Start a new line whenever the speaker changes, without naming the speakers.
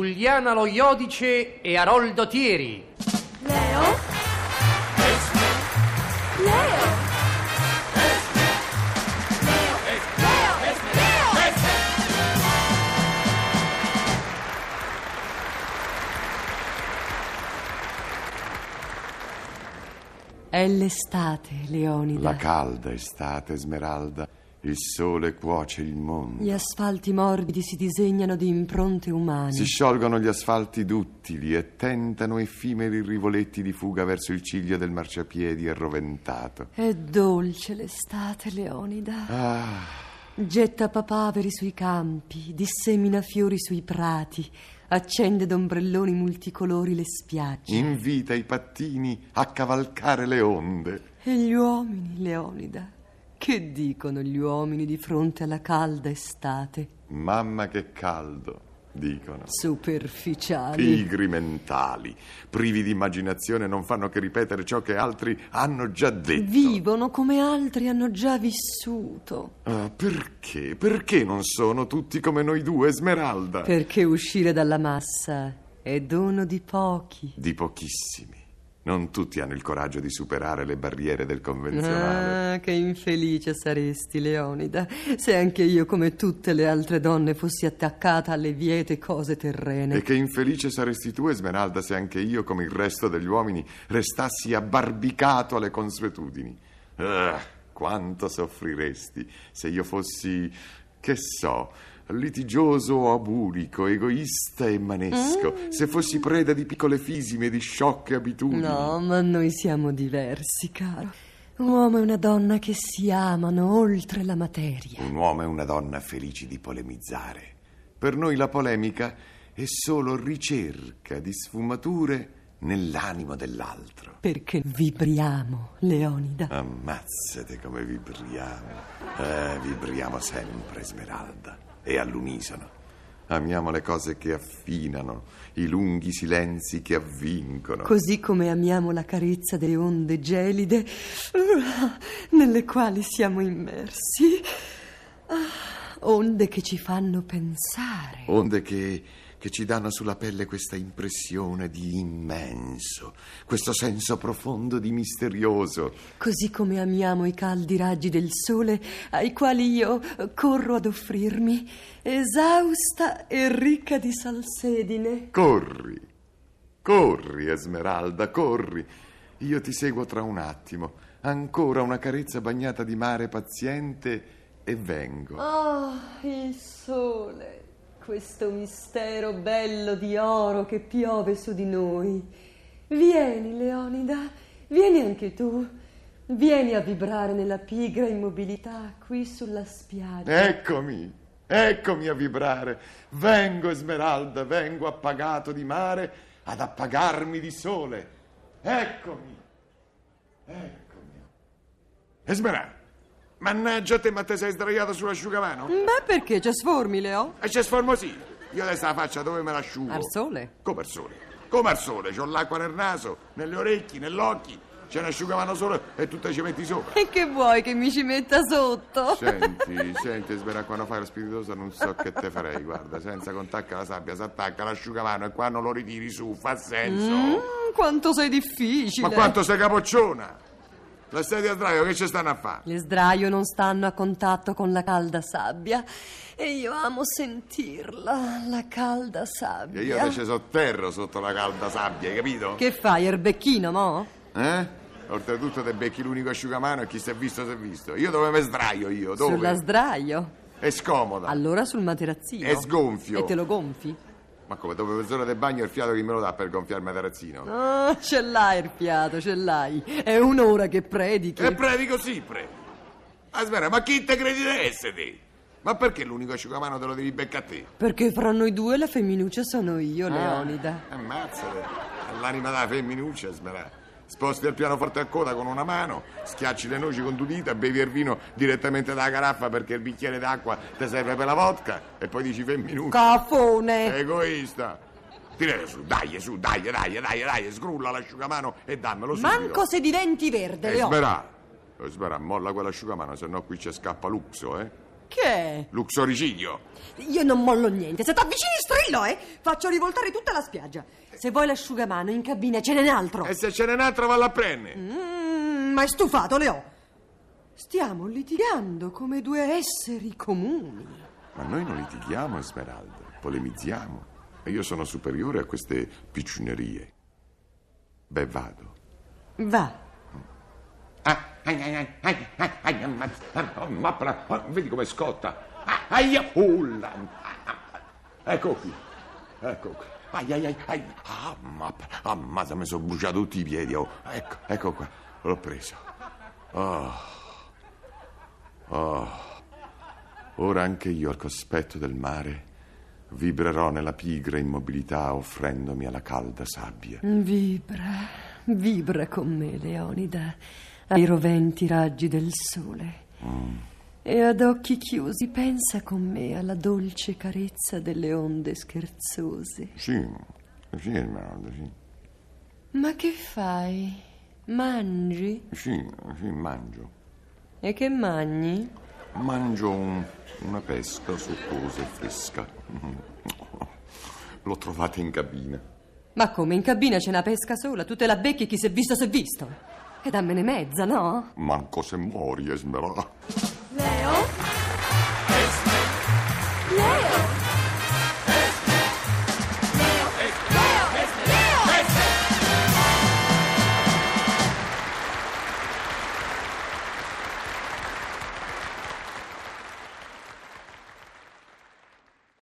Giuliana Lo Iodice e Aroldo Thieri.
Leo? Leo?
È l'estate, Leonida.
La calda estate, Smeralda. Il sole cuoce il mondo.
Gli asfalti morbidi si disegnano di impronte umane.
Si sciolgono gli asfalti duttili e tentano effimeri rivoletti di fuga verso il ciglio del marciapiedi arroventato.
È dolce l'estate, Leonida.
Ah,
Getta papaveri sui campi, dissemina fiori sui prati, accende d'ombrelloni multicolori le spiagge.
Mm. invita i pattini a cavalcare le onde.
E gli uomini, Leonida. Che dicono gli uomini di fronte alla calda estate?
Mamma che caldo, dicono.
Superficiali.
Pigri mentali, privi di immaginazione, non fanno che ripetere ciò che altri hanno già detto.
Vivono come altri hanno già vissuto.
Ah, perché? Perché non sono tutti come noi due, Smeralda?
Perché uscire dalla massa è dono di pochi.
Di pochissimi. Non tutti hanno il coraggio di superare le barriere del convenzionale.
Ah, che infelice saresti, Leonida, se anche io, come tutte le altre donne, fossi attaccata alle viete cose terrene.
E che infelice saresti tu, Esmeralda, se anche io, come il resto degli uomini, restassi abbarbicato alle consuetudini. Ah, quanto soffriresti se io fossi, che so, litigioso o abulico, egoista e manesco,
Mm.
se fossi preda di piccole fisime, di sciocche abitudini.
No, ma noi siamo diversi, caro. Un uomo e una donna che si amano oltre la materia.
Un uomo e una donna felici di polemizzare. Per noi la polemica è solo ricerca di sfumature nell'animo dell'altro.
Perché vibriamo, Leonida.
Ammazzate come vibriamo. Eh, vibriamo sempre, Smeralda. E all'unisono. Amiamo le cose che affinano, i lunghi silenzi che avvincono.
Così come amiamo la carezza delle onde gelide uh, nelle quali siamo immersi. Ah, onde che ci fanno pensare.
Onde che, che ci danno sulla pelle questa impressione di immenso, questo senso profondo di misterioso.
Così come amiamo i caldi raggi del sole ai quali io eh, corro ad offrirmi, esausta e ricca di salsedine.
Corri, corri, Esmeralda, corri. Io ti seguo tra un attimo. Ancora una carezza bagnata di mare paziente e vengo.
Ah, il sole, questo mistero bello di oro che piove su di noi. Vieni, Leonida, vieni anche tu. Vieni a vibrare nella pigra immobilità qui sulla spiaggia.
Eccomi, eccomi a vibrare. Vengo, Esmeralda, vengo appagato di mare ad appagarmi di sole. Eccomi, eccomi. Esmeralda, mannaggia te, ma te sei sdraiato sull'asciugamano?
Ma perché ci sformi, Leo?
E c'è sformosì. Io adesso la faccia dove me la asciugo?
Al sole.
Come al sole? Come al sole, c'ho l'acqua nel naso, nelle orecchie, nell'occhio. Ce ne asciugamano solo e tu te ci metti sopra.
E che vuoi che mi ci metta sotto?
Senti, senti, Sbera, quando fai la spiritosa non so che te farei, guarda, senza contacca la sabbia, si attacca l'asciugamano e qua non lo ritiri su, fa senso.
Mm, quanto sei difficile.
Ma quanto sei capocciona? La sedia a draio che ci stanno a fare?
Le sdraio non stanno a contatto con la calda sabbia e io amo sentirla, la calda sabbia.
E io invece sotterro sotto la calda sabbia, hai capito?
Che fai, erbecchino, mo?
Eh? Oltretutto te becchi l'unico asciugamano e chi si è visto si è visto. Io dove mi sdraio io? Dove?
Sulla sdraio.
È scomoda.
Allora sul materazzino.
È sgonfio.
E te lo gonfi?
Ma come dopo mezz'ora del bagno il fiato che me lo dà per gonfiare il materazzino?
Ah, ce l'hai il fiato, ce l'hai. È un'ora che predichi.
E previ così, previ. Aspetta, Ah, ma chi te credi di essere te? Ma perché l'unico asciugamano te lo devi beccare a te?
Perché fra noi due la femminuccia sono io, Leonida.
Ah, ammazzate. L'anima della femminuccia, smerà. Sposti il pianoforte a coda con una mano, schiacci le noci con due dita, bevi il vino direttamente dalla caraffa perché il bicchiere d'acqua ti serve per la vodka e poi dici femminuccia.
Cafone!
Eh, Egoista. Tirare su, dai, su, dai, dai, dai, dai, scrulla l'asciugamano e dammelo subito.
Manco se diventi verde,
E
Leonida.
sberà, e sberà, molla quell'asciugamano, se no qui ci scappa luxo, eh?
Che è?
Luxoricidio.
Io non mollo niente. Se t'avvicini strillo, eh! Faccio rivoltare tutta la spiaggia. Se vuoi l'asciugamano in cabina ce n'è un altro.
E se ce n'è un altro va la prende.
Mm, ma è stufato, Leo. Stiamo litigando come due esseri comuni.
Ma noi non litighiamo, Esmeralda, polemizziamo. E io sono superiore a queste piccinerie. Beh, vado.
Va.
Ah, ai, ai, ai, ai, ai, ai, ammazza. Ah, mappala. Ah,
oh,
vedi come scotta. Ah, ai, ulla. Ah, ah, Ecco qui, ecco qui.
Ai ai ai ai. Ah, ma, ammazza, mi sono bruciato tutti i piedi. oh. Ecco, ecco qua. L'ho preso. Oh. Oh. Ora anche io al cospetto del mare vibrerò nella pigra immobilità offrendomi alla calda sabbia.
Vibra, vibra con me, Leonida, ai roventi raggi del sole. E ad occhi chiusi pensa con me alla dolce carezza delle onde scherzose.
Sì, sì, Esmeralda, sì.
Ma che fai? Mangi?
Sì, sì, mangio.
E che mangi?
Mangio un- una pesca succosa e fresca. L'ho trovata in cabina.
Ma come, in cabina c'è una pesca sola, tu te la becchi chi si è visto si è visto. E dammene mezza, no?
Manco se muori, Esmeralda.
Leo?